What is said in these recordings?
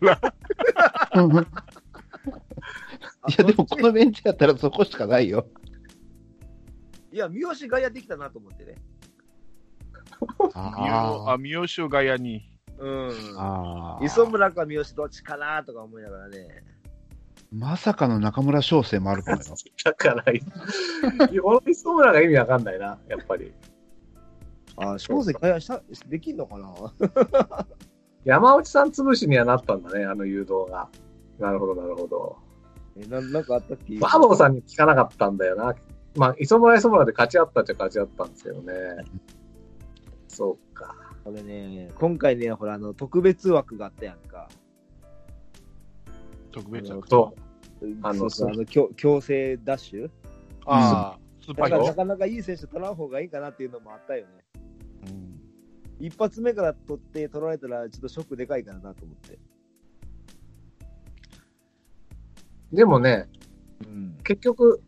ら。うんうんいや、でもこのベンチやったらそこしかないよ。いや、三好外野できたなと思ってね。三好あ、三好を外野に。うん。あー磯村か三好どっちかなとか思いながらね。まさかの中村翔成もあるかもよ。だから、この磯村が意味わかんないな、やっぱり。ああ、正直外野したできんのかな 山内さん潰しにはなったんだね、あの誘導が。なるほど、なるほど。えななんかあったっけバーボーさんに聞かなかったんだよな。まあ、磯村磯村で勝ち合ったっちゃ勝ち合ったんですけどね。そうか。これね、今回ね、ほら、あの、特別枠があったやんか。特別枠。と、ああの、のそうそうそうあの強強制ダッシュああ、スーパだーからヒーロなー。かなかいい選手取らん方がいいかなっていうのもあったよね。うん一発目から取って取られたら、ちょっとショックでかいからなと思って。でもね、うん。結局、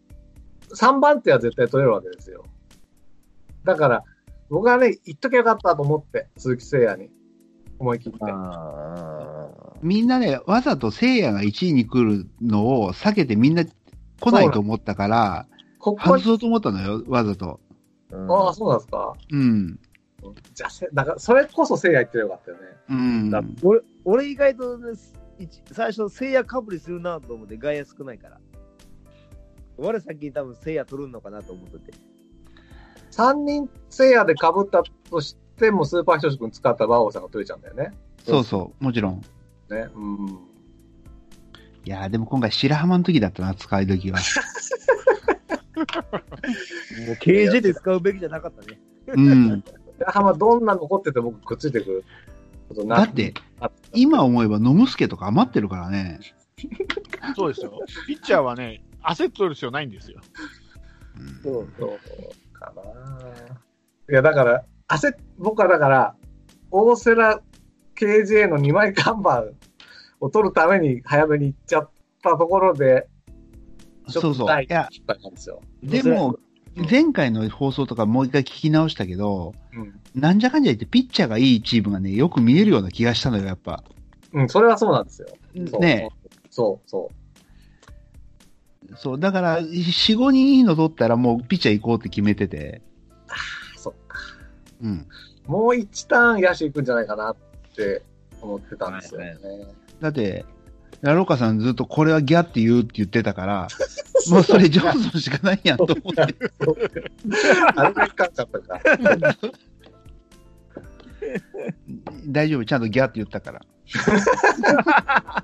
3番手は絶対取れるわけですよ。だから、僕はね、言っときゃよかったと思って、鈴木誠也に。思い切って。あみんなね、わざと聖夜が1位に来るのを避けてみんな来ないと思ったから、ここ外に、そうと思ったのよ、わざと。あああ、。そうなんですか。うん。じゃあ、せだから、それこそ誠也言ってればよかったよね。うん。だ俺、俺意外とね、す一最初、聖夜かぶりするなと思って、外野少ないから。我先に多分聖夜取るのかなと思ってて。 3人誠也で被ったとしても、スーパーひとし君使ったバーボーさんが取れちゃうんだよね。そうそう、もちろん。ね。うん。いやーでも今回白浜の時だったな、使い時は。 もう KJ で使うべきじゃなかったね。うん。白浜どんな残ってて僕くっついてくることなだって、今思えばノムスケとか余ってるからね。そうですよ。ピッチャーはね、焦っとる必要ないんですよ。うんそうそうかないやだから焦っ僕はだから大瀬良 KJ の2枚看板を取るために早めに行っちゃったところでそうそう。はいいや、失敗なんですよ、でも、前回の放送とかもう一回聞き直したけど、うんなんじゃかんじゃ言ってピッチャーがいいチームがね、よく見えるような気がしたのよ、やっぱ。うん、それはそうなんですよそうねそうそうそう、だから、4、5人いいの取ったらもうピッチャー行こうって決めてて。そっかうん。もう1ターン野手行くんじゃないかなって思ってたんですよね、だって、ラロカさんずっとこれはギャって言うって言ってた から、もうそれジョンソンしかないやんと思 って。あれが引っかかっちゃったから大丈夫、ちゃんとギャって言ったから。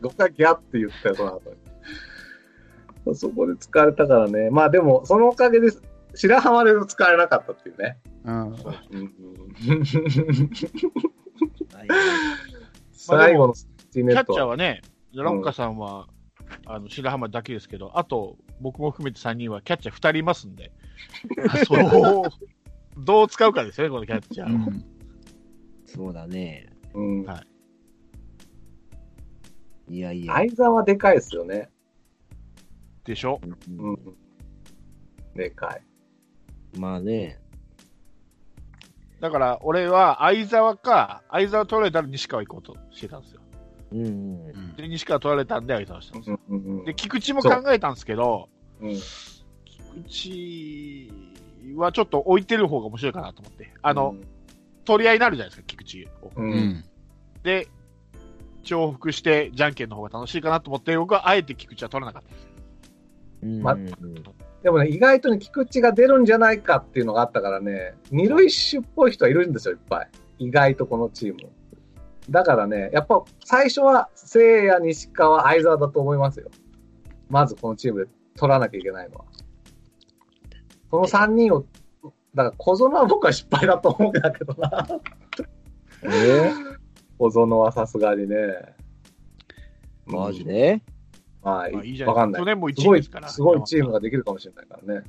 僕はギャって言ったよ、その後に。そこで使われたからね。まあでも、そのおかげで、白浜で使われなかったっていうね。うん。はい最後のスティキネャッッチャート。はね、ランカさんは、あの白浜だけですけど、あと僕も含めて3人はキャッチャー2人いますんで、あ、そう。どう使うかですよね、このキャッチャうーを。んそうだね。うんはいいやいや。相沢はでかいですよね。でしょうんうんでかい。まあね。だから俺は相沢か、相沢取られたら西川行こうとしてたんですよ。うんう。んで、西川取られたんで相沢したんですうよ。んうんうんで、菊池も考えたんですけど、うん菊池はちょっと置いてる方が面白いかなと思って、あの、、取り合いになるじゃないですか、菊池を。うんう。ん。で、重複してじゃんけんの方が楽しいかなと思って、僕はあえて菊池は取らなかった。うんまでもね、意外とね、菊池が出るんじゃないかっていうのがあったからね、二塁手っぽい人はいるんですよ、いっぱい。意外とこのチーム。だからね、やっぱ最初は聖夜、西川、相沢だと思いますよ。まずこのチームで取らなきゃいけないのは。この三人を、だから小園は僕は失敗だと思うんだけどな。えー小園はさすがにね。マジではい。まあいいじゃわかないんですないか。去。年も1す位ごでいすか、ら。すごいチームができるかもしれないからね。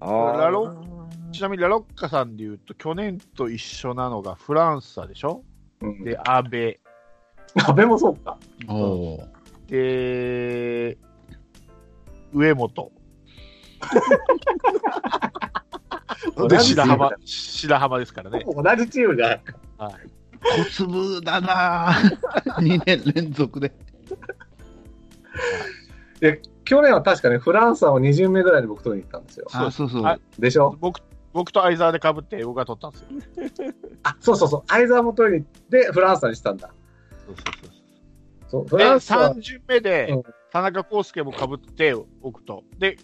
あラロちなみにラロッカさんで言うと、去年と一緒なのがフランサでしょうんで、アベ。安倍もそうか。おーで、上本。で、同じチ白ームだ浜、白浜ですからね。同じチームじゃない。小粒だな2 年連続で。去年は確かね、フランスはを2巡目ぐらいで僕取りに行ったんですよ。あ、そうそう。あでしょ僕、僕と相沢で被って僕が取ったんですよ。あ、そうそうそう。相沢も取りに行って、フランスはにしたんだ。そうそうそうそう、フで、ランスは3巡目でうん、田中康介も被って、僕と。で、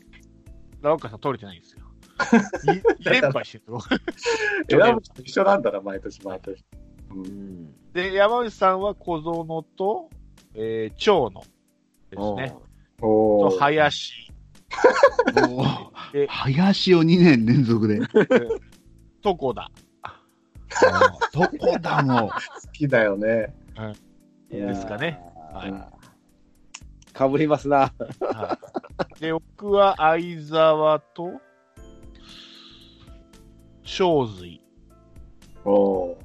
ラオカさん取れてないんですよ。い2連敗してる。選ぶ人一緒なんだな、毎年毎年。うん で、山内さんは小園と、えー、長野ですね。おと、ー林もうえ林を2年連続で。とこだ。どこだもう。好きだよね。ですかね。はいかぶりますな。はいで、僕は相沢と、正髄おお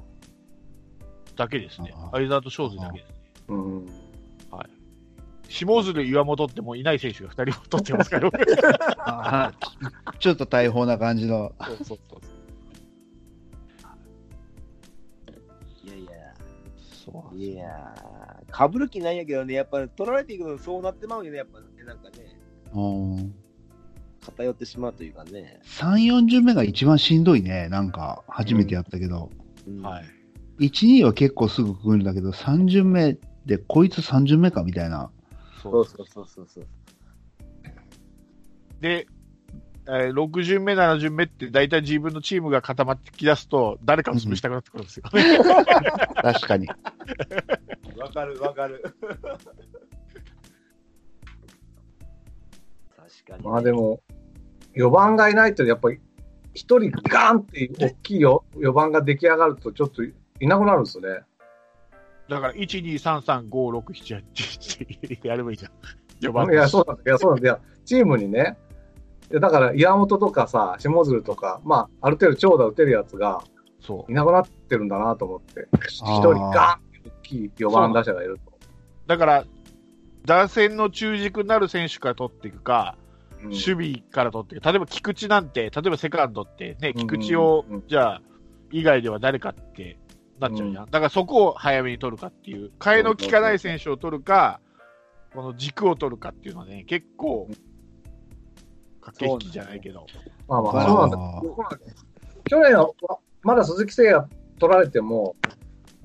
だけですねあ。ー相沢と正髄だけですね。ー。うん。下鶴岩本ってもういない選手が2人も取ってますから。あーちょっと大砲な感じの。そうそうそういやいや。そうなんですいやー、かぶる気ないんやけどね、やっぱ取られていくとそうなってまうんよね、やっぱね、なんかね、うん偏ってしまうというかね。 3、40目が一番しんどいね。なんか、初めてやったけど。うんはい。 1、2は結構すぐ来るんだけど、3巡目で、こいつ3巡目かみたいな。そそううそうそうそうそう。で、えー6巡目、7巡目って大体自分のチームが固まってきだすと、誰かを潰したくなってくるんですよ。 確かに。わかるわかる。確かに。まあでも、4番がいないと、やっぱり、一人ガーンって大きいよ4番が出来上がると、ちょっといなくなるんですね。だから、1、2、3、3、5、6、7、8、8やればいいじゃん。4いや、そうなんだ。いや、そうなんだ。いや、チームにね、いやだから、岩本とかさ、下鶴とか、まあ、ある程度長打打てるやつが、そういなくなってるんだなと思って、一あー人ガーンって大きい4番打者がいると。だから、打線の中軸になる選手から取っていくか、うん守備から取っていく。例えば、菊池なんて、例えばセカンドって、ね、うんうん菊池をうん、じゃあ、以外では誰かってなっちゃうじゃん。だから、そこを早めに取るかっていう、替えの利かない選手を取るか、この軸を取るかっていうのはね、結構、駆け引きじゃないけど。まあまあ、そうなんだ。そうなんだ去年は、まだ鈴木誠也取られても、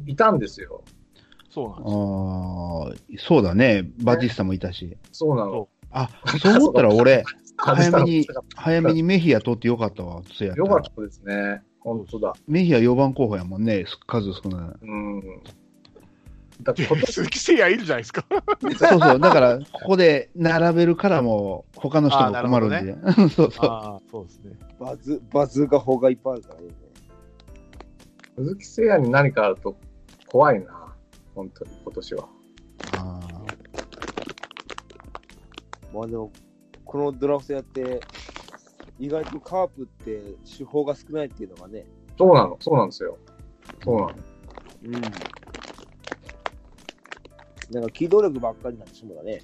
いたんですよ。そうあなんですよ。ーそうだね。バティスタもいたし。そうなの。あ、そう思ったら 俺、早めに外したの早めにメヒア取ってよかったわ。そうやったよらかったですね。本当だ。メヒア4番候補やもんね。数少ない。うん。だから今年鈴木誠也いるじゃないですか。そうそう。だから、ここで並べるからも、他の人も困るんあーで。そうそう。ああ、 そうですね。バズ、バズが方がいっぱいあるからね。鈴木誠也に何かあると怖いな。本当に、今年は。あまあでも、このドラフトやって、意外とカープって手法が少ないっていうのがね。そうなの、そうなんですよ。そうなの。うん。なんか機動力ばっかりなんでしょうがね。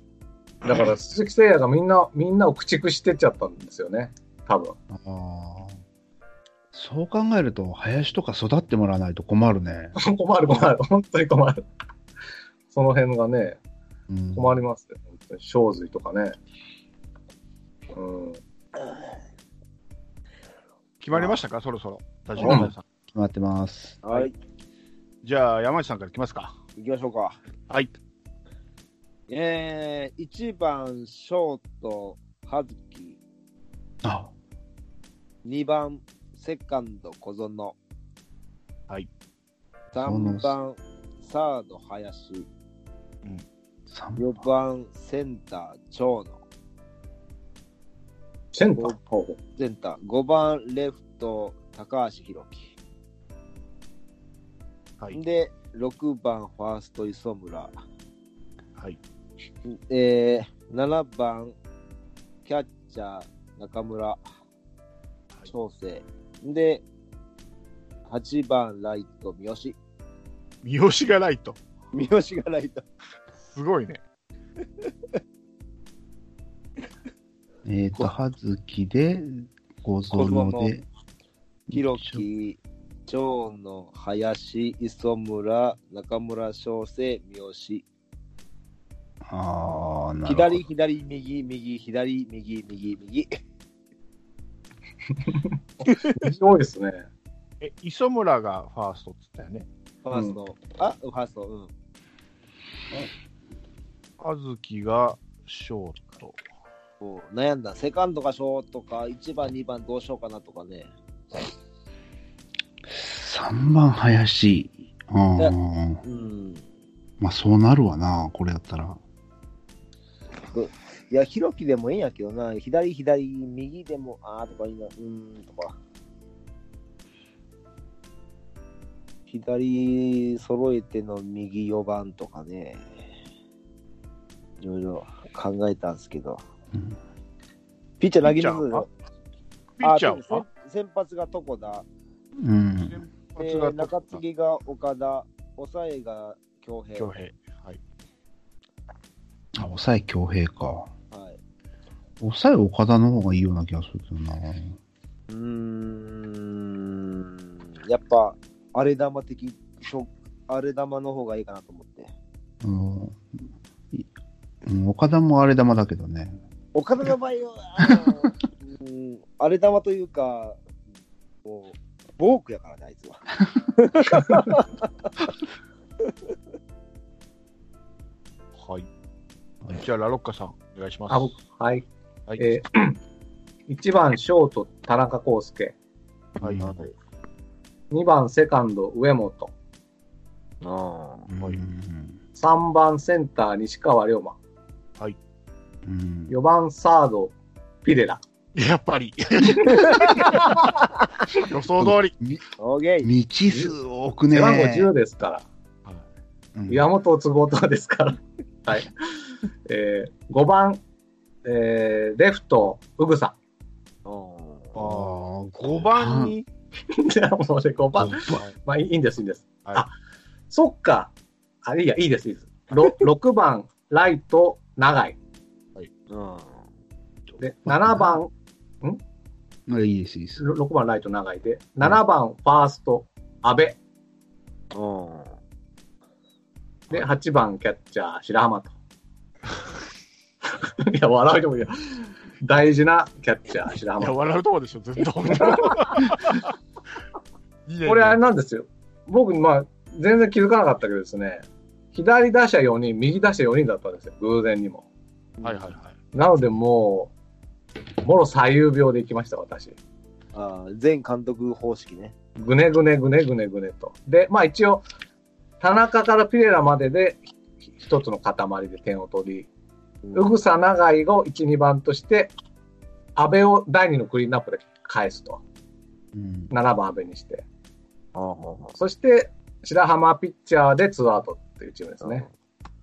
だから鈴木誠也がみんな、みんなを駆逐してっちゃったんですよね。多分。 ーあー。そう考えると、林とか育ってもらわないと困るね。困る困る。本当に困る。その辺がね、うん、困りますよ。本当に。正髄とかね。うん。決まりましたかそろそろ。田島さん決まってます。はい。じゃあ、山内さんから来ますか。行きましょうか。はい。えー、1番、ショート、葉月。あ、 2番、セカンド、小園。はい。 3番、サード、林。三4番、センター、長野。センターセンター、5番、レフト、高橋宏樹。はい。で、6番、ファースト、磯村。はい。えー、7番、キャッチャー、中村、調整。で、8番、ライト、三好。三好がないと。三好がライト。すごいね。えっ、と、葉月で、小園で、弘樹、長野、林、磯村、中村翔成、三好。ああ、なるほど。左、左、右、右、左、右、右、右。多いですね。え、磯村がファーストっつったよね。ファースト。あ、ファースト、うん。あずきがショート。こう悩んだ。セカンドかショートか、1番、2番どうしようかなとかね。 3番林。ういやーん。うん。まあそうなるわな、これやったら。いや、ひろきでもいいんやけどな。左、左、右でも、あーとかいいな。うーん、とか。左揃えての右4番とかね。いろいろ考えたんですけど。うんピッチャー投げますよピッチャーあは先発が床田、うん。先え発がー中継ぎが岡田、抑えが京平。恭は平。はい。あ、抑え強兵か。い、抑え岡田の方がいいような気がするけどな。うーん、やっぱ、荒れ玉的、しょ荒れ玉の方がいいかなと思って。うんいうん。岡田もあれ玉だけどね。岡田の場合は、あの うーん荒れ玉というか、もう、ボークやからね、あいつは。はい。じゃあ、ラロッカさん、お願いします。あ僕はい。はい。えー 1番、ショート、田中康介。はい。なはるいほど2番、セカンド、上本。あはいうん3番、センター、西川龍馬。うん。 4番、サード、ピレラ。やっぱ り。予想通り。みオーケー。未知数多くね背。番号10ですから。うん岩本都合とですから。はい。えー、5番、えー、レフト、うぐさ。ああー五番に。じゃあ もうね、5番。はいまあ、いいいいんです、いいんです。はいあ、そっか。あ、いいや、いいです、いいです。ろ 6番、ライト、長井。うん。で、7番、あいいです、いいです。 6番ライト、長井で、7番、ファースト、阿部。うん。で、8番、キャッチャー、白浜と。 いや、笑うでもいいよ。大事なキャッチャー、い白浜や、。笑うとこでしょ、ず っと。いいねこれあれなんですよ。僕、まあ、全然気づかなかったけどですね、左打者4人、右打者4人だったんですよ、偶然にも。はいはいはい。なのでもう、もろ左右病で行きました、私。あー前監督方式ね。ぐねぐねぐねぐねぐねと。で、まあ一応、田中からピレラまでで、ひ一つの塊で点を取り、うんうぐさ長井を1、2番として、安倍を第2のクリーンナップで返すと。うん7番安倍にして。あーそして、白浜ピッチャーでツーアウトっていうチームですね。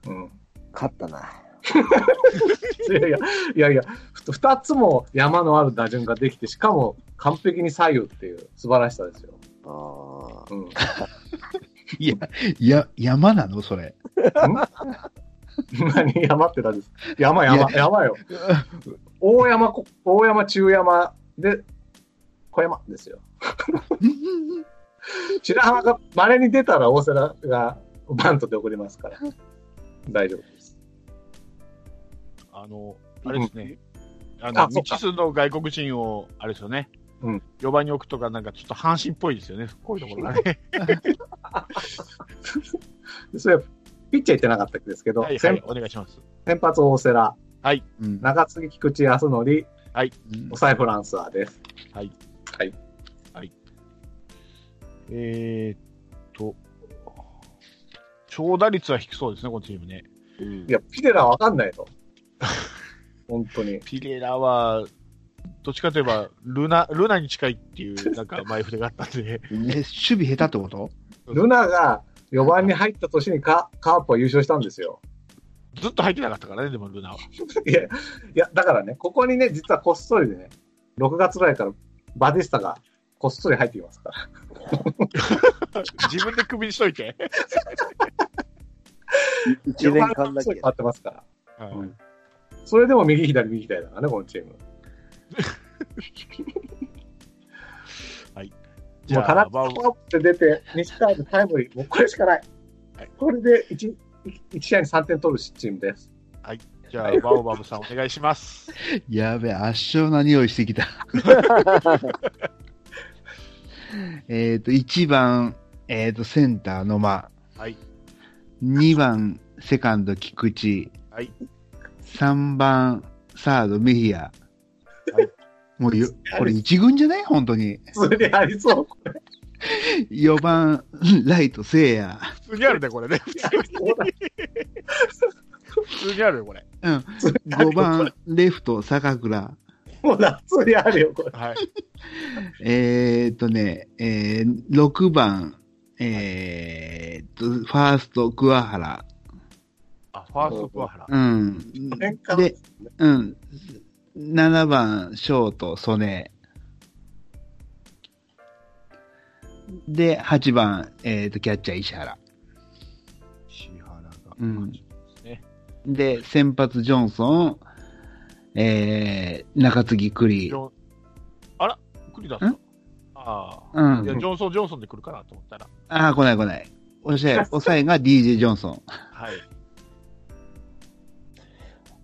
うん。勝ったな。 いやいや、いやいや、ふ二つも山のある打順ができて、しかも完璧に左右っていう素晴らしさですよ。あうん。 いや、いや、山なのそれ。何山って何ですか山山、山よ。大山、こ大山、中山で、小山ですよ。白浜が稀に出たら大瀬良がバントで送りますから。大丈夫です。あの、あれですね。ああの、そっ未か知数の外国人を、あれですよね。うん4番に置くとか、なんかちょっと阪神っぽいですよね。こういうところがね。でそれはピッチャー言ってなかったですけど、はいは先い、お願いします。先発大瀬良、うん中継ぎ菊池康則、うん抑えフランスアーです。えー、っと、長打率は低そうですね、このチームね。ーうんいや、ピレラわかんないと。本当に。ピレラは、どっちかといえば、ルナ、ルナに近いって いう、なんか前筆があったんで、え、守備下手ってことルナが4番に入った年にカカープは優勝したんですよ。ずっと入ってなかったからね、でもルナは。 いや、いや、だからね、ここにね、実はこっそりでね、6月ぐらいからバディスタがこっそり入ってきますから。自分で首にしといて。一年間だこっそけり変。わってますから。はいうんそれでも右左右左だからね、このチーム。はい。じもうゃ田あ、中バウポンって出て、西川でタイムリー、もうこれしかないはい。これで 1, 一試合に3点取るチームです。じゃあバオバブさんお願いします。やべえ、圧勝な匂いしてき た。えっと、1番、えっ、と、センターの間。はい。 2番、セカンド、菊池。はい。 3番、サード、メヒア。はい。もうよ、これ一軍じゃない本当に。普通にありそう。 4番、ライト、セイヤ。普通にあるね、これ ね。普通にあるよ、これ。 5番、レフト、坂倉。もう普通にあるよ、これ。はい。えーっとね、えー、6番、えー、っと、ファースト、桑原。あ、ファースト桑原。うん。年間で、うん。7番、ショート、曽根。で、8番、えーっと、キャッチャー、石原。石原が。うんですね。で、先発、ジョンソン、えー、中継ぎ、栗ジ。ョンあら、栗田さんん。あうあ。いや、ん。ジョンソン、ジョンソンで来るかなと思ったら。ああ、来ない来ない。おしゃれ、抑えが DJ ジョンソン。はい。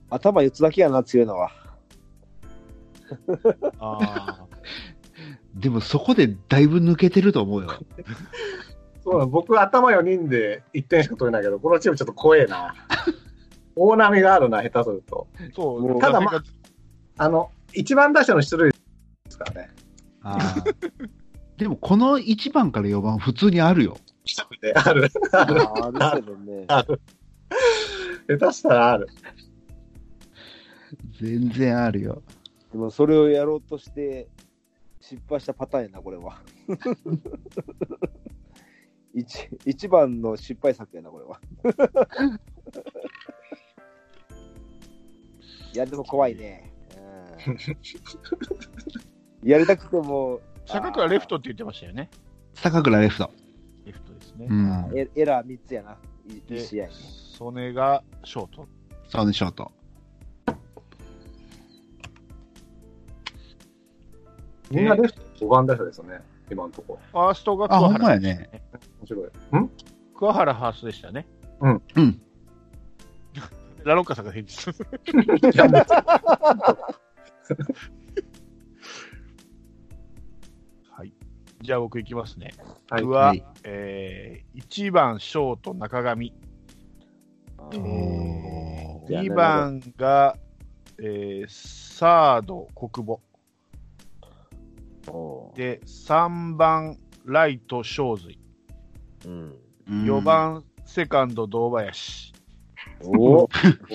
頭4つだけやな、強いの は。あでもそこでだいぶ抜けてると思うよ。そうなの僕、頭4人で1点しか取れないけど、このチームちょっと怖えな。 大波があるな、下手すると。 あ。そもう、うただまあ打線があの、一番打者の出塁ですからね。あーでもこの1番から4番普通にあるよ。である。 ああるけどね。下手したらある。全然あるよ。でもそれをやろうとして失敗したパターンやな、これは。 一一番の失敗作やな、これは。いや、でも怖いね。うん、やりたくて も。坂倉レフトって言ってましたよね。坂倉レフト。レフトですねう。ん。エエラー3つやな、いで一試合に。曽根がショート。そうね、ショート。みんなレフト5番打者ですよね、今のとこファーストがあ、桑ほんま原。やね。面白い。ん桑原ファーストでしたね。うん。 ラロッカさんが返事する。いやもうはい。じゃあ僕行きますね。はい僕は、はいえー、1番ショート中上、おいや2番が、えー、サード国母、おーで、3番ライト正髄、うん、 4。番セカンド堂林、 おー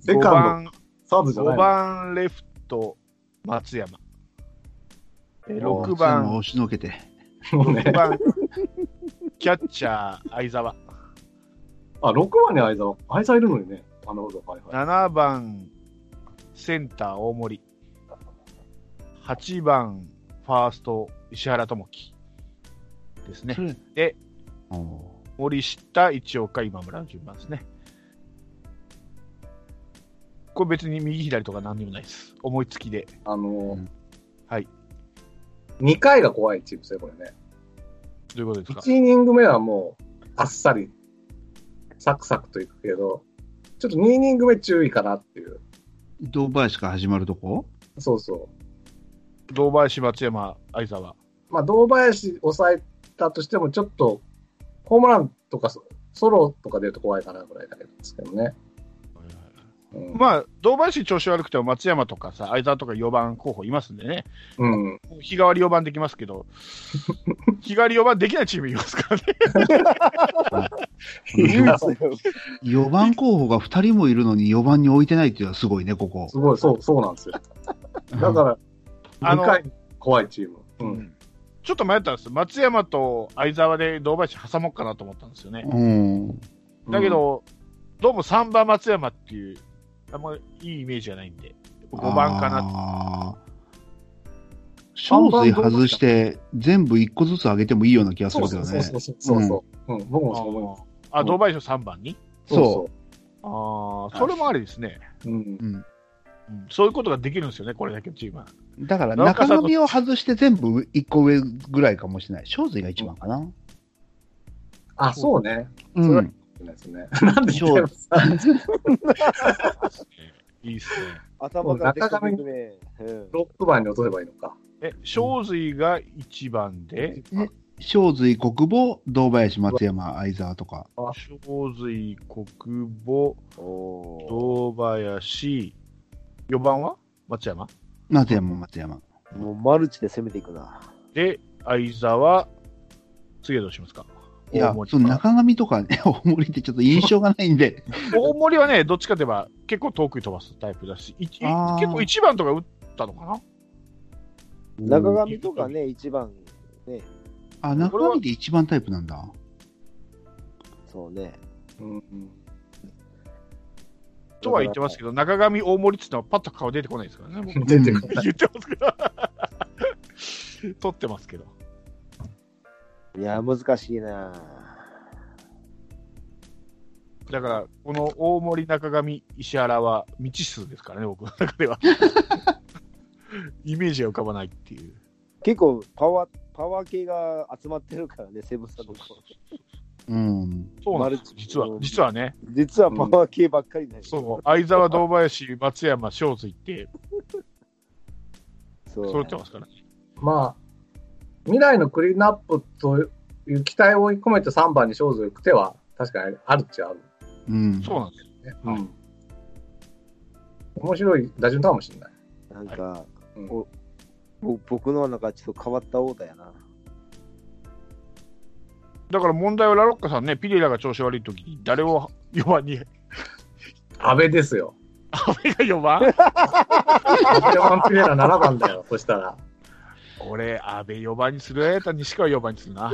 セ5カ番ンド、サードじゃな5いの。番レフト松山、えーお6その番、押しのけて。もうね6番キャッチャー相沢、あ、6番に相沢。相沢いるのにね。あ、なるほど。はいはい。 7番センター大森、8番ファースト石原智樹ですねそ。れでお森下、一岡、今村の順番ですね。これ別に右左とか何にもないです。思いつきで。あのうんはい。 2回が怖いチームですね、これね。どういうことですか1イニング目はもう、あっさり、サクサクといくけど、ちょっと2イニング目注意かなっていう。堂林から始まるとこそうそ堂林、松山、相沢。う。まあ、堂林抑えたとしても、ちょっと、ホームランとかソ、ソロとか出ると怖いかなぐらいだけですけどね。うん。まあ、堂林調子悪くても松山とかさ、相沢とか4番候補いますんでね。うん。日替わり4番できますけ ど、日替わり4番できないチームいますからね。唯一4番候補が2人もいるのに4番に置いてないっていうのはすごいね、ここす。ごい、そう、そうなんですよ。だかあら、の2回怖いチーム。うん。ちょっと迷ったんです。松山と相沢で堂林挟もうかなと思ったんですよね。うん。だけど、どうも3番松山っていう、あんまいいイメージがないんで、5番かなって。な小水外して全部1個ずつ上げてもいいような気がすそうるけそどうね。そうそうそうそうそう、うん。僕もそう思います。あ、堂林を3番にそうああ、それもありですね、そう。うん。うん。うんそういうことができるんですよね、これだけのチームは。だからなおか中つあの伸びを外して全部一個上ぐらいかもしれない。正髄が一番かな。あ、そうね。うそれん。ですね なんで言ってるのいいっすね。頭がでかくね。うんロック番に落とせばいいのか。え、正髄が1番で、正髄、国防、堂林、松山、相沢とか。あ正髄、国母、お堂林、4番は松山松山、松山。ーもうマルチで攻めていくな。で、相沢、次はどうしますかいや大、森その中上とかね、 大森ってちょっと印象がないんで、大森はね、どっちかといえば結構遠くに飛ばすタイプだし、いい結あー構1番とか打ったのかな中上とかね、一番、ね、あ、中上で一番タイプなんだ。そうね。うんうんとは言ってますけど、中上、大森っていうのはパッと顔出てこないですからね。もう出てくる。言ってます けど。取ってますけど。いや、難しいな。だから、この大森、中上、石原は未知数ですからね、僕の中では。イメージが浮かばないっていう。結構、パワー、パワー系が集まってるからね、セブンさんのとこうん。そうなんでマルすチ実は、実はね、実はパワー系ばっかりだよそう、相沢、堂林、松山、正髄ってそう揃ってますからね。まあ、未来のクリーンアップという期待を込めて3番に勝負行く手は確かにあるっちゃあるうん。そうなんですよ。ね。はいうん面白い打順かもしれない。なんか、うんおぼ僕のはなんかちょっと変わったオーダーやな。だから問題はラロッカさんね、ピレラが調子悪い時に誰を4番に、安倍ですよ。阿部が4番アベマンピレラ7番だよ、そ したら。俺、阿部4番にするやったら西川4番にするな。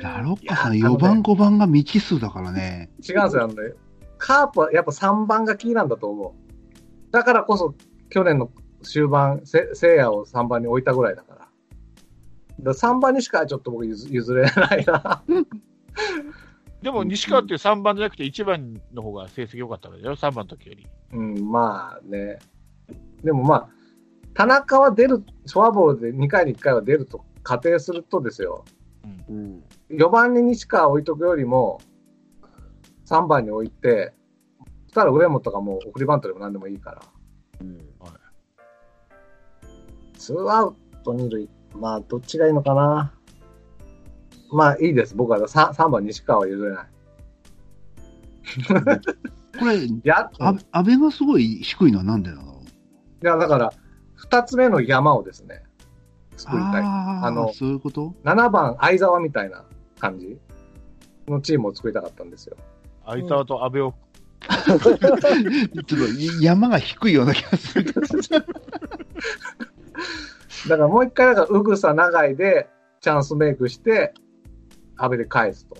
ラロッカさん、いやあの4ね番、5番が未知数だからね。違うんですよ、あのね、カープはやっぱ3番がキーなんだと思う。だからこそ、去年の終盤、せ聖夜を3番に置いたぐらいだから。だから3番にしかちょっと僕譲譲れないな。でも西川って3番じゃなくて1番の方が成績良かったわけだよ、3番の時より。うん、まあね。でもまあ、田中は出る、フォアボールで2回に1回は出ると仮定するとですよ、うん。 4番に西川置いとくよりも、3番に置いて、そしたら上本がもう送りバントでも何でもいいから。うんツーアウト二塁。まあ、どっちがいいのかな。まあ、いいです。僕は 3, 三番西川は譲れない。これ、いや、あい安倍がすごい低いのはなんでなのやだから、2つ目の山をですね、作りたい。あああの、そういうこと7番相沢みたいな感じのチームを作りたかったんですよ。相沢と阿部を、ちょっと山が低いような気がす る。だからもう一回、だから、うぐさ長いでチャンスメイクして、阿部で返すと。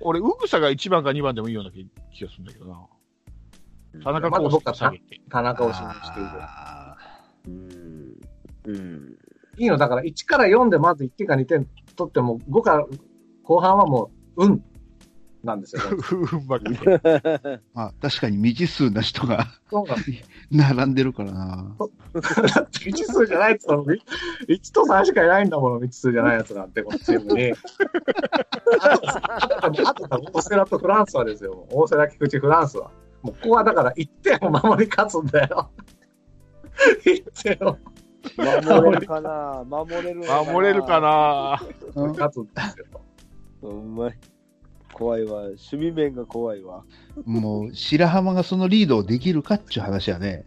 俺、うぐさが1番か2番でもいいような気気がするんだけどな。田中まだ康僕介を下はげて。田中を信用している。あうん。うん。いいの、だから1から4でまず1点か2点取っても、5から後半はもう、うん、なんですよ。 うんばっかり。ーまあ、確かに未知数な人が そうなん並んでるからな。だって未知数じゃないって言ったのに、1と3しかいないんだもの、未知数じゃないやつなんて、このチームに。あと、あと、あと、大瀬良とフランスはですよ。大瀬良、菊池、フランスは。もうここはだから1点を守り勝つんだよ。1点を守れるかな守れるのな守れるかなうん勝つんですよ。うまい。怖いわ。守備面が怖いわ。もう、白浜がそのリードをできるかっちゅう話やね。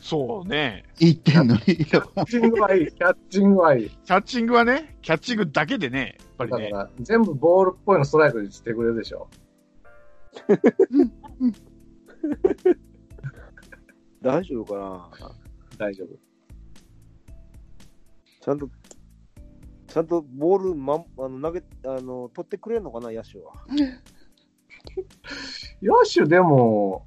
そうね。言ってんのに。キャッチングはいい、キャッチングはいい。キャッチングはね、キャッチングだけでね、やっぱだりかね。ら、全部ボールっぽいのストライクにしてくれるでしょ。大丈夫かな大丈夫。ちゃんと、ちゃんとボール、ま、あの投げ、あの、取ってくれるのかな野手は。野手でも、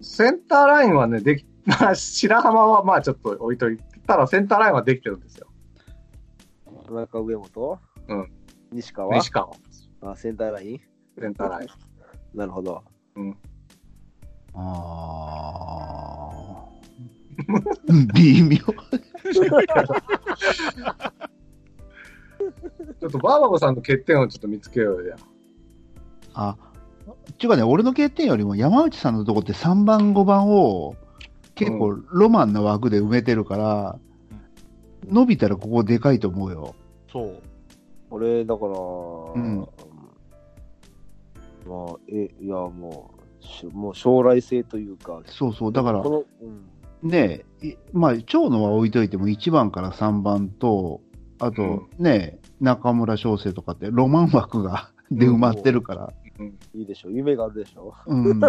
センターラインはね、でき、まあ、白浜はまあちょっと置いといたら、センターラインはできてるんですよ。田中上本うん。西川西川、あ、センターラインセンターライン。なるほど。ああ。ム。微妙。ちょっとバーババさんの欠点をちょっと見つけようよ。あ、ちゅうかね、俺の欠点よりも山内さんのとこって3番、5番を結構ロマンな枠で埋めてるから、伸びたらここでかいと思うよ。そう。俺、だから、んまあ、え、いや、もう、しもう将来性というか、そうそう。だからこ、の、うん、ねえ、いまあ、長野は置いといても1番から3番と、あとねえ、中村翔成とかってロマン枠が で埋まってるから。いいでしょ、夢があるでしょ。うん。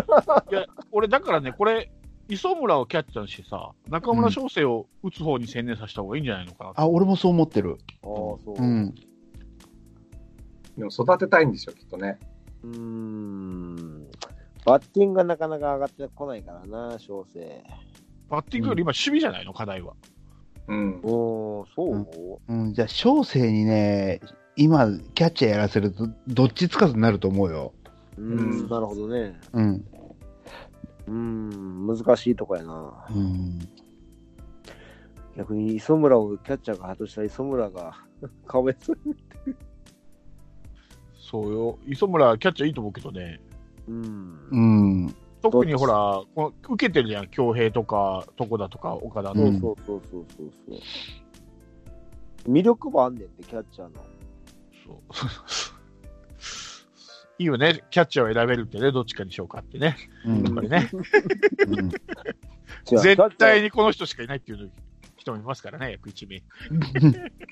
俺、だからね、これ、磯村をキャッチャーにしてさ、中村翔成を打つ方に専念させた方がいいんじゃないのかなって、あ、俺もそう思ってる。ああ、そう。う。ん。でも育てたいんでしょ、きっとね。うーん。バッティングがなかなか上がってこないからな、小生。バッティングより今、守備じゃないの、課題は。うん。おー、そう、うんうん、じゃあ、翔成にね、今、キャッチャーやらせると、どっちつかずになると思うよ。うん、うんなるほどね。うん。うーん、難しいとこやな。うん。逆に磯村をキャッチャーが外した磯村が かわいそう。そうよ。磯村、キャッチャーいいと思うけどね。う。うんん。特にほら、この受けてるじゃん、京平とか、床田とか、岡田うの。んそうそうそうそうそう。魅力もあんねんって、キャッチャーの。そう いいよね、キャッチャーを選べるってね、どっちかにしようかってね。うやっんぱりね、うん違う絶対キャッチャーにこの人しかいないっていう人もいますからね、約1名。キ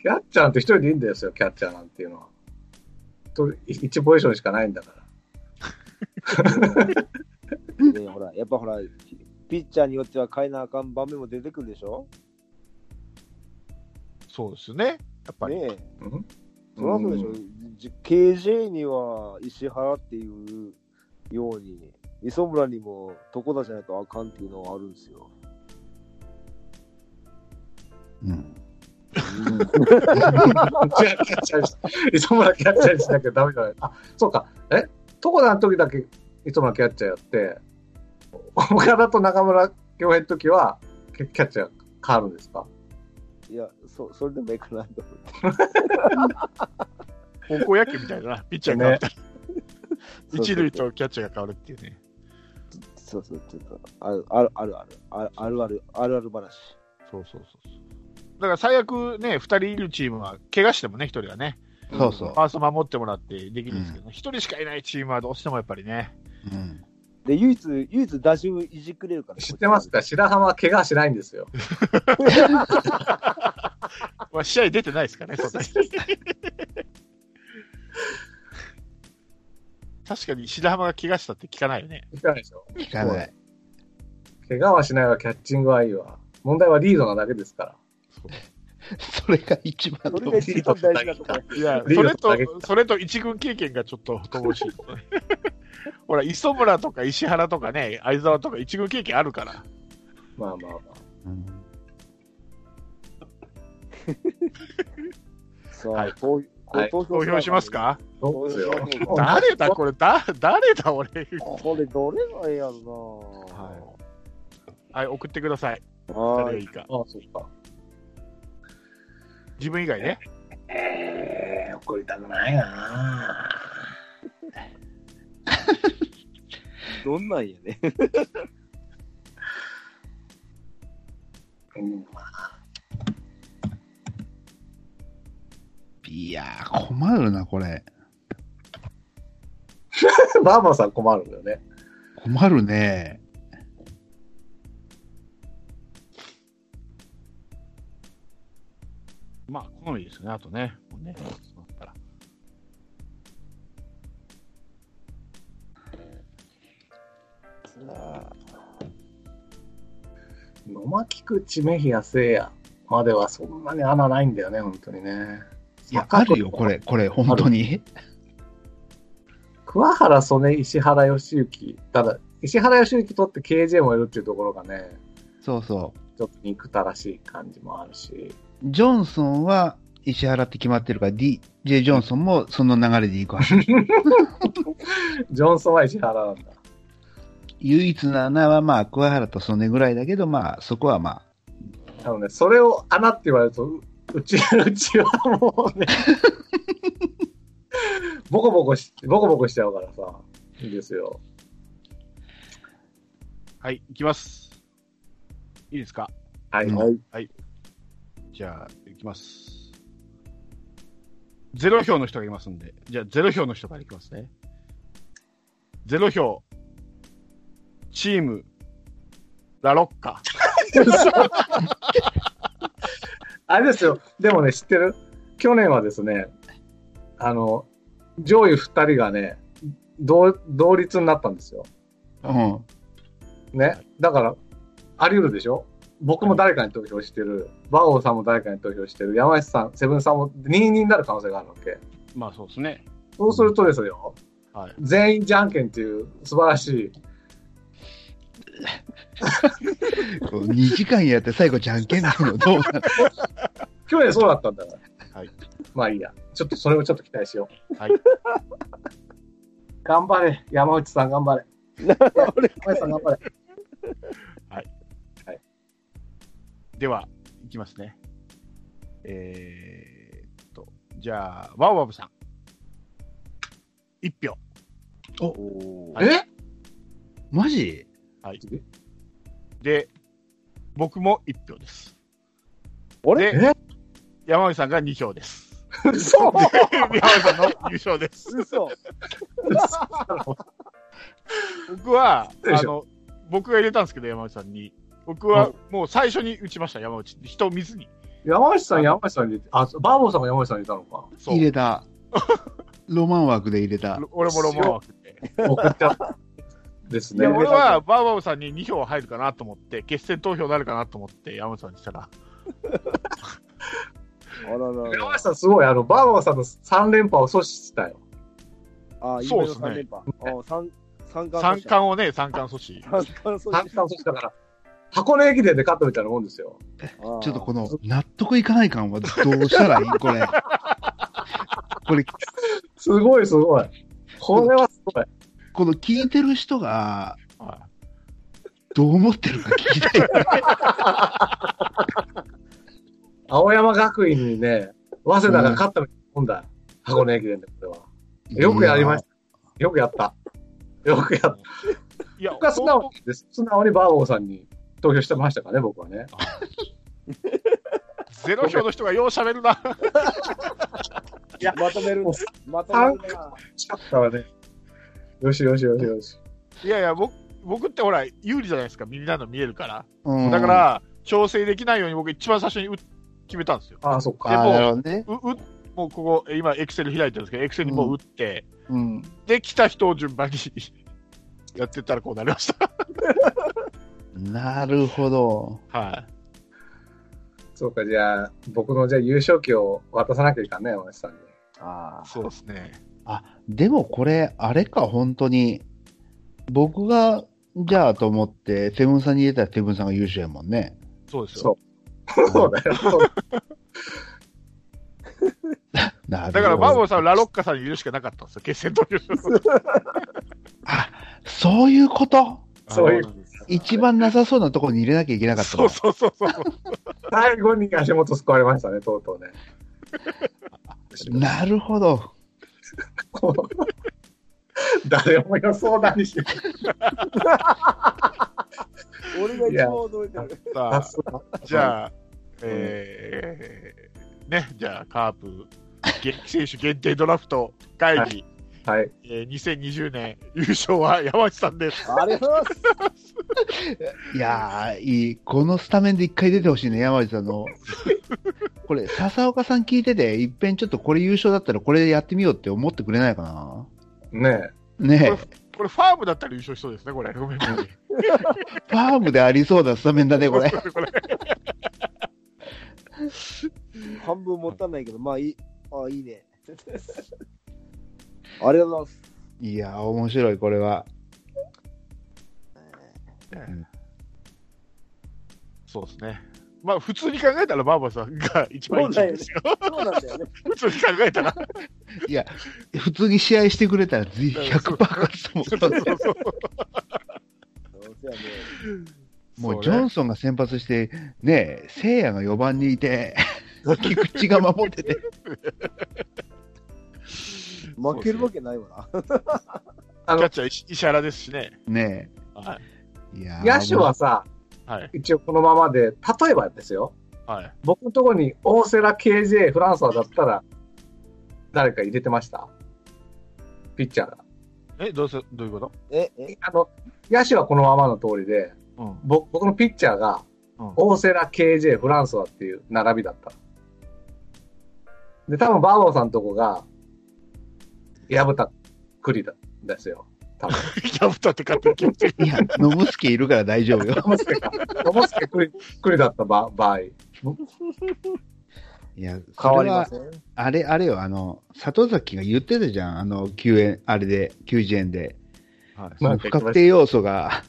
ャッチャーなんて一人でいいんですよ、キャッチャーなんていうのは。と一ポジションしかないんだから。ねほら、やっぱほら、ピッチャーによっては変えなあかん場面も出てくるでしょそうですね、やっぱり。ねえ。うんそりゃそうでしょ、じ KJ には石原っていうように、磯村にも床田じゃないとあかんっていうのがあるんですよ。うん。キャッチャーにした 磯村キャッチャーにしなきゃダメじゃない。あ、そうか。え、床田の時だけ磯村キャッチャーやって、岡田と中村恭平の時はキャキャッチャー変わるんですかいや、そそれでもいいかなと思って。高校野球みたいだな、 ピッチャーが変わったら、一塁とキャッチャーが変わるっていうね。そうそうそうそう。あるあるあるあるあるあるあるあるある話。そうそうそうそう。だから最悪ね、2人いるチームは、怪我してもね、1人はね、そうそファースト守ってもらってできるんですけど、一1人しかいないチームはどうしてもやっぱりね、う。うん。で、唯一、唯一打順いじくれるから。知ってますか白浜は怪我しないんですよ。 まあ、試合出てないですからね、そんな に確かに白浜が怪我したって聞かないよね。聞かないでしょ。聞かない。怪我はしないわ、キャッチングはいいわ。問題はリードなだけですから。それが一番そのれが一番大事なところ。いや、それと、それと一軍経験がちょっと乏しい。ほら、磯村とか石原とかね、相沢とか一軍経験あるから。まあまあまあ。うんそう、はい投こはうい投票投票しますかそうですよ。誰だこれだ誰だ俺これどれがええやろなはい送ってくださいは誰がーいい。いかああ、そうか。自分以外ねええー、怒りたくない などんなんやね。うん、いやー、困るな、これ。バーバーさん困るんだよね。困るね。まあ好みですねあとねもうねそうなったら野間菊池メヒア聖夜まではそんなに穴ないんだよね、本当にね。いや、坂あ戸るよ、これ、これ、本当に。桑原曽根、石原義行。ただ、石原義行とって KJ もいるっていうところがね、そうそう。ちょっと憎たらしい感じもあるし。ジョンソンは石原って決まってるから、DJ ジョンソンもその流れで行くは ず。ジョンソンは石原なんだ。唯一の穴は、まあ、桑原と曽根ぐらいだけど、まあ、そこはまあ、あのね、それを穴って言われると、ううち、うちはも うね、ボコボコし、ボコボコしちゃうからさ、いいですよ。はい、いきます。いいですかはい。うんはい。じゃあ、いきます。ゼロ票の人がいますんで、じゃあ、ゼロ票の人からいきますね。ゼロ票、チーム、ラロッカ。あれですよ、でもね、知ってる去年はですね、あの、上位2人がね、同同率になったんですよ。うん。ね。だから、あり得るでしょ僕も誰かに投票してる、バオさんも誰かに投票してる、山下さん、セブンさんも2位になる可能性があるわけ。まあ、そうですね。そうするとですよ、はい。全員じゃんけんっていう素晴らしい、 2時間やって最後じゃんけんなのどうなの去年そうだったんだから。はい。まあいいや。ちょっとそれをちょっと期待しよう。はい。頑張れ。山内さん頑張れ。山内さん頑張れ。では、いきますね。えー、っと、じゃあ、ワオワブさん。一票。はいえマジで、僕も一票です。あれで山内さんが二票 です。嘘山内さんの優勝です。嘘。僕は、よいあしの、僕が入れたんですけど、山内さんに。僕はもう最初に打ちました、山内。人を見ずに。山内さん、山内さんに入れて、あ、バーボーさんが山内さんに入れたのか。そ入れう。 た。ロマン枠で入れた。俺もロマン枠で。送っちゃったですいねや、。俺はバーバブさんに2票入るかなと思って、決選投票になるかなと思って、山内さんにしたら。あららら山内さんすごい、あの、バーボーさんの3連覇を阻止したよ。あ、そ今うっのすね三連覇。あ、三、三冠阻三止だ。冠をね、三冠阻止。三冠3阻連止。覇阻止だから、箱根駅伝で勝ったみたいなもんですよ。あーちょっとこの納得いかない感はどうしたらいいこれ。これ、すごい、すごい。これはすごい。この聞いてる人がはどう思ってるか聞き たい。青山学院にね、早稲田が勝ったみたいなもんだ。箱根駅伝で、これは。よくやりました。よくやった。よくやった。いや、僕は素直にです。素直にバーボーさんに投票してましたからね、僕はね。ゼロ票の人がよう喋るな。 まとめるな。まとめるな。しかったらね。よしよしよしよし。いやいや、僕僕ってほら、有利じゃないですか、みんなの見えるから。うん。だから、調整できないように僕一番最初に打っ決めたんですよ。ああ、そっあか。ー、でもなるほどね。ううもうここ、今、エクセル開いてるんですけど、エクセルにもう打って、うん。で、来た人を順番に やってったらこうなりました。なるほど。はそうか、じゃあ、僕のじゃあ優勝旗を渡さなきゃいかんね、山内さんに。あい。そうですね。でもこれ、あれか、本当に。僕が、じゃあと思って、セブンさんに入れたらセブンさんが優勝やもんね。そうですよ。そうそうだよ。なるほどだから、バーボンさんはラロッカさんにいるしかなかったんですよ、決戦投票。あ、そういうことそういう一番なさそうなところに入れなきゃいけなかったそのうそうそうそう。最後に足元救われましたね、とうとうね。なるほど。こう誰も予想だにしない。あ。俺が一番驚いてる。さあ、じゃあ、えー、ね、じゃあ、カープ、現役 選手限定ドラフト会議、はい。えー2020年優勝は山内さんです。ありがとうございます。いやー、いい。このスタメンで一回出てほしいね、山内さんの。 これ、笹岡さん聞いてて、いっぺんちょっとこれ優勝だったらこれやってみようって思ってくれないかな。ねねえ、これ、ファームだったら優勝しそうですね、これ。ごめんごめんファームでありそうなスタメンだね、 これ。これ半分持たないけど、まあいい。あ、いいね。 ありがとうございます。いやー、面白い、これは。そうですね。まあ、普通に考えたら、バーバさんが一番いいんですよ。そうなんだよね。普通に考えたら。いや、普通に試合してくれたら、ぜひ100%勝つと思 そうそうそうそうやね。もうジそうねョンソンが先発して、ねえ、聖夜が4番にいて、菊池が守ってて、負けるわけないわな。あキャッの、チャー石石原ですしね。ねはい。え。いやー野手はさ、はい。一応このままで、例えばですよ、はい。僕のところに大瀬良、KJ、フランソワだったら、誰か入れてましたピッチャーが。え、どうせ、どういうこと え、え、あの、野手はこのままの通りで、うん。ぼ僕のピッチャーが、うん大瀬良、KJ、フランソワっていう並びだった。で、多分バーボーさんとこが、薮田栗だ、ですよ。多分。キャプターって勝手に決めてる。いや、ノブスケいるから大 丈夫よ。ともすけか。ともすけ栗、栗だった場場合。いや、そ変われりはま、せん。あれ、あれよ、あの、里崎が言ってたじゃん、あの、救援、あれで、救助園で。はいその不確定要素 が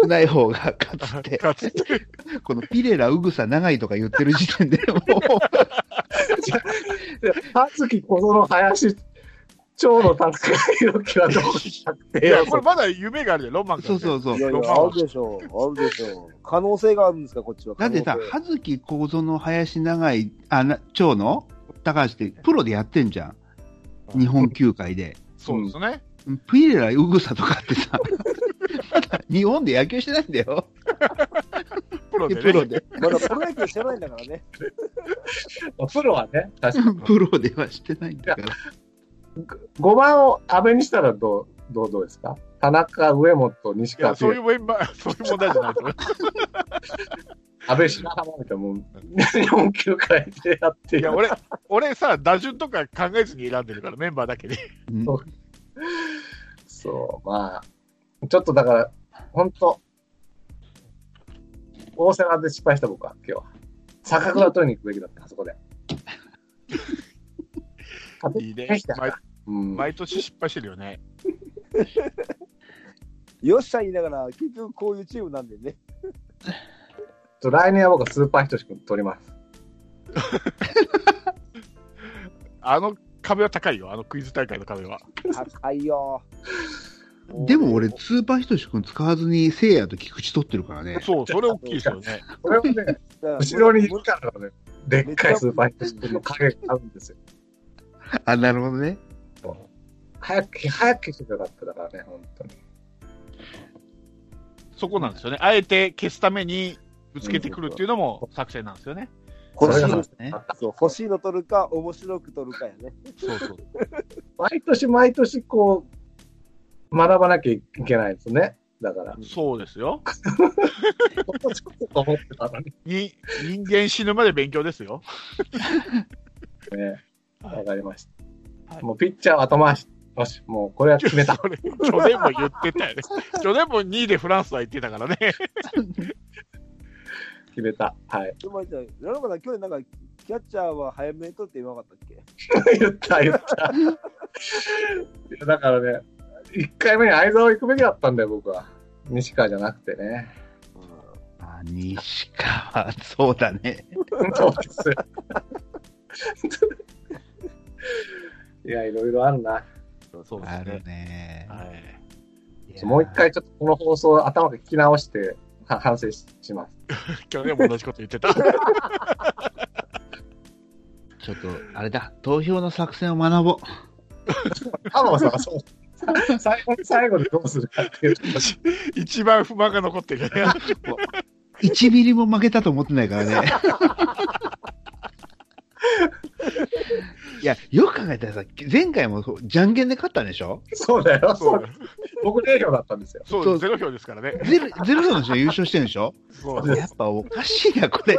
少ない方が勝つって、 勝つってこのピレラ、ウグサ、長井とか言ってる時点でも 葉月小園林長の戦いの気はどうしたっていよや、これまだ夢があるよ、ロマンう、が。そうそうそうい。やいや、あるでしょう。あるでしょう。可能性があるんですか、こっちは。だってさ可能、性葉月小園、林長井、あな長野、高橋って、プロでやってんじゃん、日本球界で。そうですね。ピレラ、ウグサとかってさ、 まだ日本で野球してないんだよ、プロでね。プロで。まだプロ野球知らないんだからね。 プロはね、確かに。プロではしてないんだから。 5番を安倍にしたらどう、どう、どうですか田中、上本、西い川や、とそういいうう問題、 そういう問題じゃないと思う。安倍品浜みたいなもん、日本球界でやっているや、。俺、俺さ、打順とか考えずに選んでるから、メンバーだけで。うんそうそう、まあ、ちょっとだから、本当大阪で失敗した僕は、今日は。坂倉取りに行くべきだった、あそこで。いいねできた。毎うん毎年失敗してるよね。よっしゃ言いながら、結局こういうチームなんでね。ちょ来年は僕はスーパーひとしくん取ります。あの壁は高いよ、あのクイズ大会の壁は。高いよ。でも俺、スーパーひとし君使わずに、せいやと菊池取ってるからね。そう、それ大きいですよね。これもね、後ろにいるからね、でっかいスーパーひとしくんの影があるんですよ。あ、なるほどね。早く、早く消してよかっただからね、本当に。そこなんですよね。あえて消すためにぶつけてくるっていうのも作戦なんですよね。欲しいそれがのさねそう欲しいの取るか、面白く取るかやね。そうそう。毎年毎年こう、学ばなきゃいけないですね。だから、そうですよ。ここちょっと思ってたのにに人間死ぬまで勉強ですよ。ね。 はいわかりました。はいもうピッチャーは後回し。よし、もうこれは決 めた。それ去年も言ってたよね。去年も2位でフランスは言ってたからね。決めた。はい。 でもじゃあ、ラロマさん、去年なんか、キャッチャーは早めに取って言わなかったっけ言った、言った。いやだからね、1回目に相沢を行くべきだったんだよ、僕は。西川じゃなくて ね。あ、西川、そうだね。そうです よ。いや、いろいろあるな。そうですあるね。ね。はい。いやもう一。回ちょっとこの放送頭で聞き直しては反省しします。去年も同じこと言って た。ちょっと、あれだ、投票の作戦を学ぼ浜田さん はそう。最後最後でどうするかっていう。一番不満が残ってるね。う。1ミリも負けたと思ってないからね。いや、よく考えたらさ、前回もそうじゃんけんで勝ったんでしょそうだよ。そう僕、0票だったんですよ。そう、ゼロ票ですからね。ゼロゼロの人が優勝してるんでしょそうやっぱおかしいな、これ。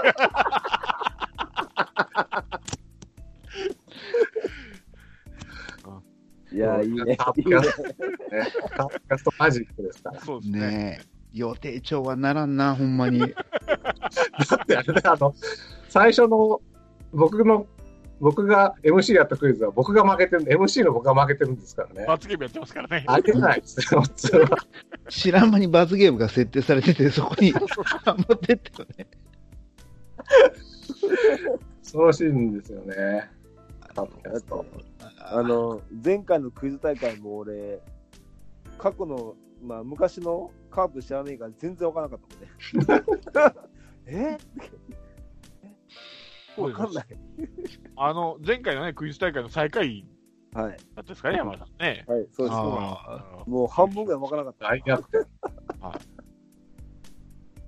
いやー、いいね。タップいいねキャスト、ね。タップキャストマジックですから。そうですね。ねえ。予定調はならんな、ほんまに。 だってあれだ、あの、最初の、僕の、僕が MC やったクイズは僕が負けてる、MC の僕が負けてるんですからね。罰ゲームやってますからね。あげないですよ、普通は。知らん間に罰ゲームが設定されてて、そこにハマってったよね。恐ろしいんですよね。タップキャスト。 あの、前回のクイズ大会も俺、過去の、まあ、昔のカープ知らねえから全然わからなかったも んね。えわかんない。あの、前回のね、クイズ大会の最下位はい。だったですかね、山田さんね。はい、そうです。あもう半分ぐらいわからなかった。大逆転。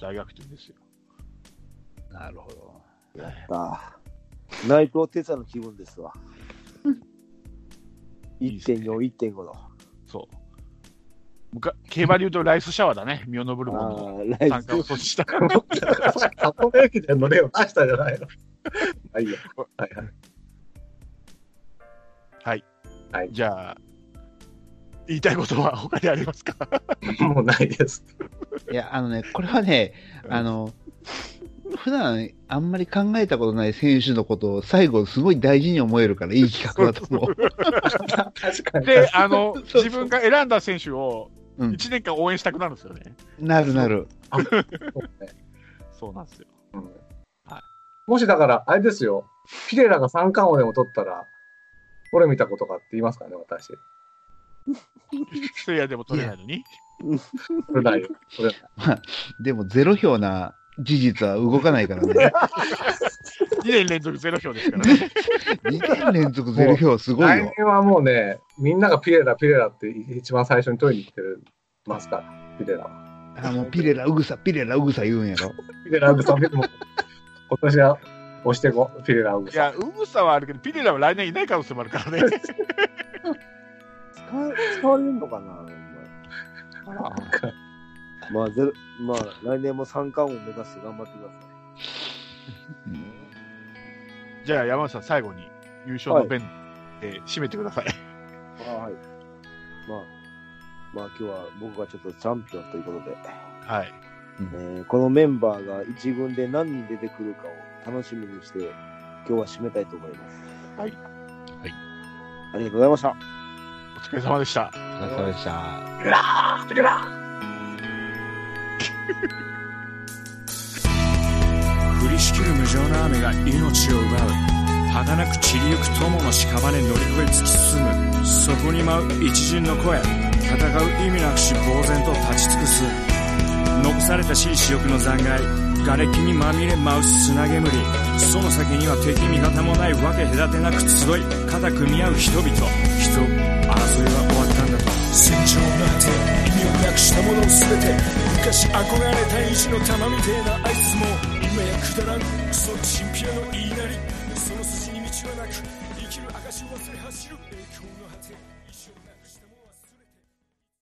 大逆転ですよ。あ、なるほど。ああ内藤哲也の気分ですわ。いいですね1.4、1.5の。そう。むか競馬で言うとライスシャワーだね、ミオノブルボンのああ、ライ参加をズ。阻止した。 箱根駅伝の例を出したじゃないの。あ、いいや。はいはい。じゃあ、言いたいことは他にありますかもうないです。いや、あのね、これはね、あの、普段あんまり考えたことない選手のことを最後すごい大事に思えるからいい企画だと思う。確かに。で、あの、自分が選んだ選手をうん、 1年間応援したくなるんですよね。なるなる。そうなんですよ。はいもしだから、あれですよ、ピレラが三冠王でも取ったら、俺見たことかって言い ますかね、私。せいやでも取れないのに。取れないよ。取れないでもゼロ票な事実は動かないからね。 2年連続ゼロ票ですからね。 2年連続ゼロ票すごい来よ。年はもうね、みんながピレラ、ピレラって一番最初に取りに来てますから、ピレラは。あもうピレラ、ウグサ、ピレラ、ウグサ言うんやろ。ピレラ、ウグサ、もう 今年は押してこ、ピレラ、ウグいサ。や、ウグサはあるけど、ピレラは来年いない可能性もあるからね。使え使われるのかなお前まあ、ゼロ、まあ、来年も三冠王目指して頑張ってください。じゃあ、山内さん、最後に優勝の弁で締めてください。はい。まあ、まあ今日は僕がちょっとチャンピオンということで、はい。えーこのメンバーが一軍で何人出てくるかを楽しみにして、今日は締めたいと思います。はいはい。ありがとうございました。お疲れ様でした。お疲れ様でした。ピレラ降りしきる無情な雨が命を奪う儚く散りゆく友の屍乗り越え突き進むそこに舞う一陣の声戦う意味なくし呆然と立ち尽くす残されたしい死翼の残骸瓦礫にまみれ舞う砂煙その先には敵味方もないわけ隔てなく集い肩組み合う人々人争いは終わったんだと戦場の果て意味をなくしたものを全て昔憧れた意地の玉みてえなあいつも今やくだらんクソチンピラの言いなりその筋に道はなく生きる証を忘れ走る栄光の果て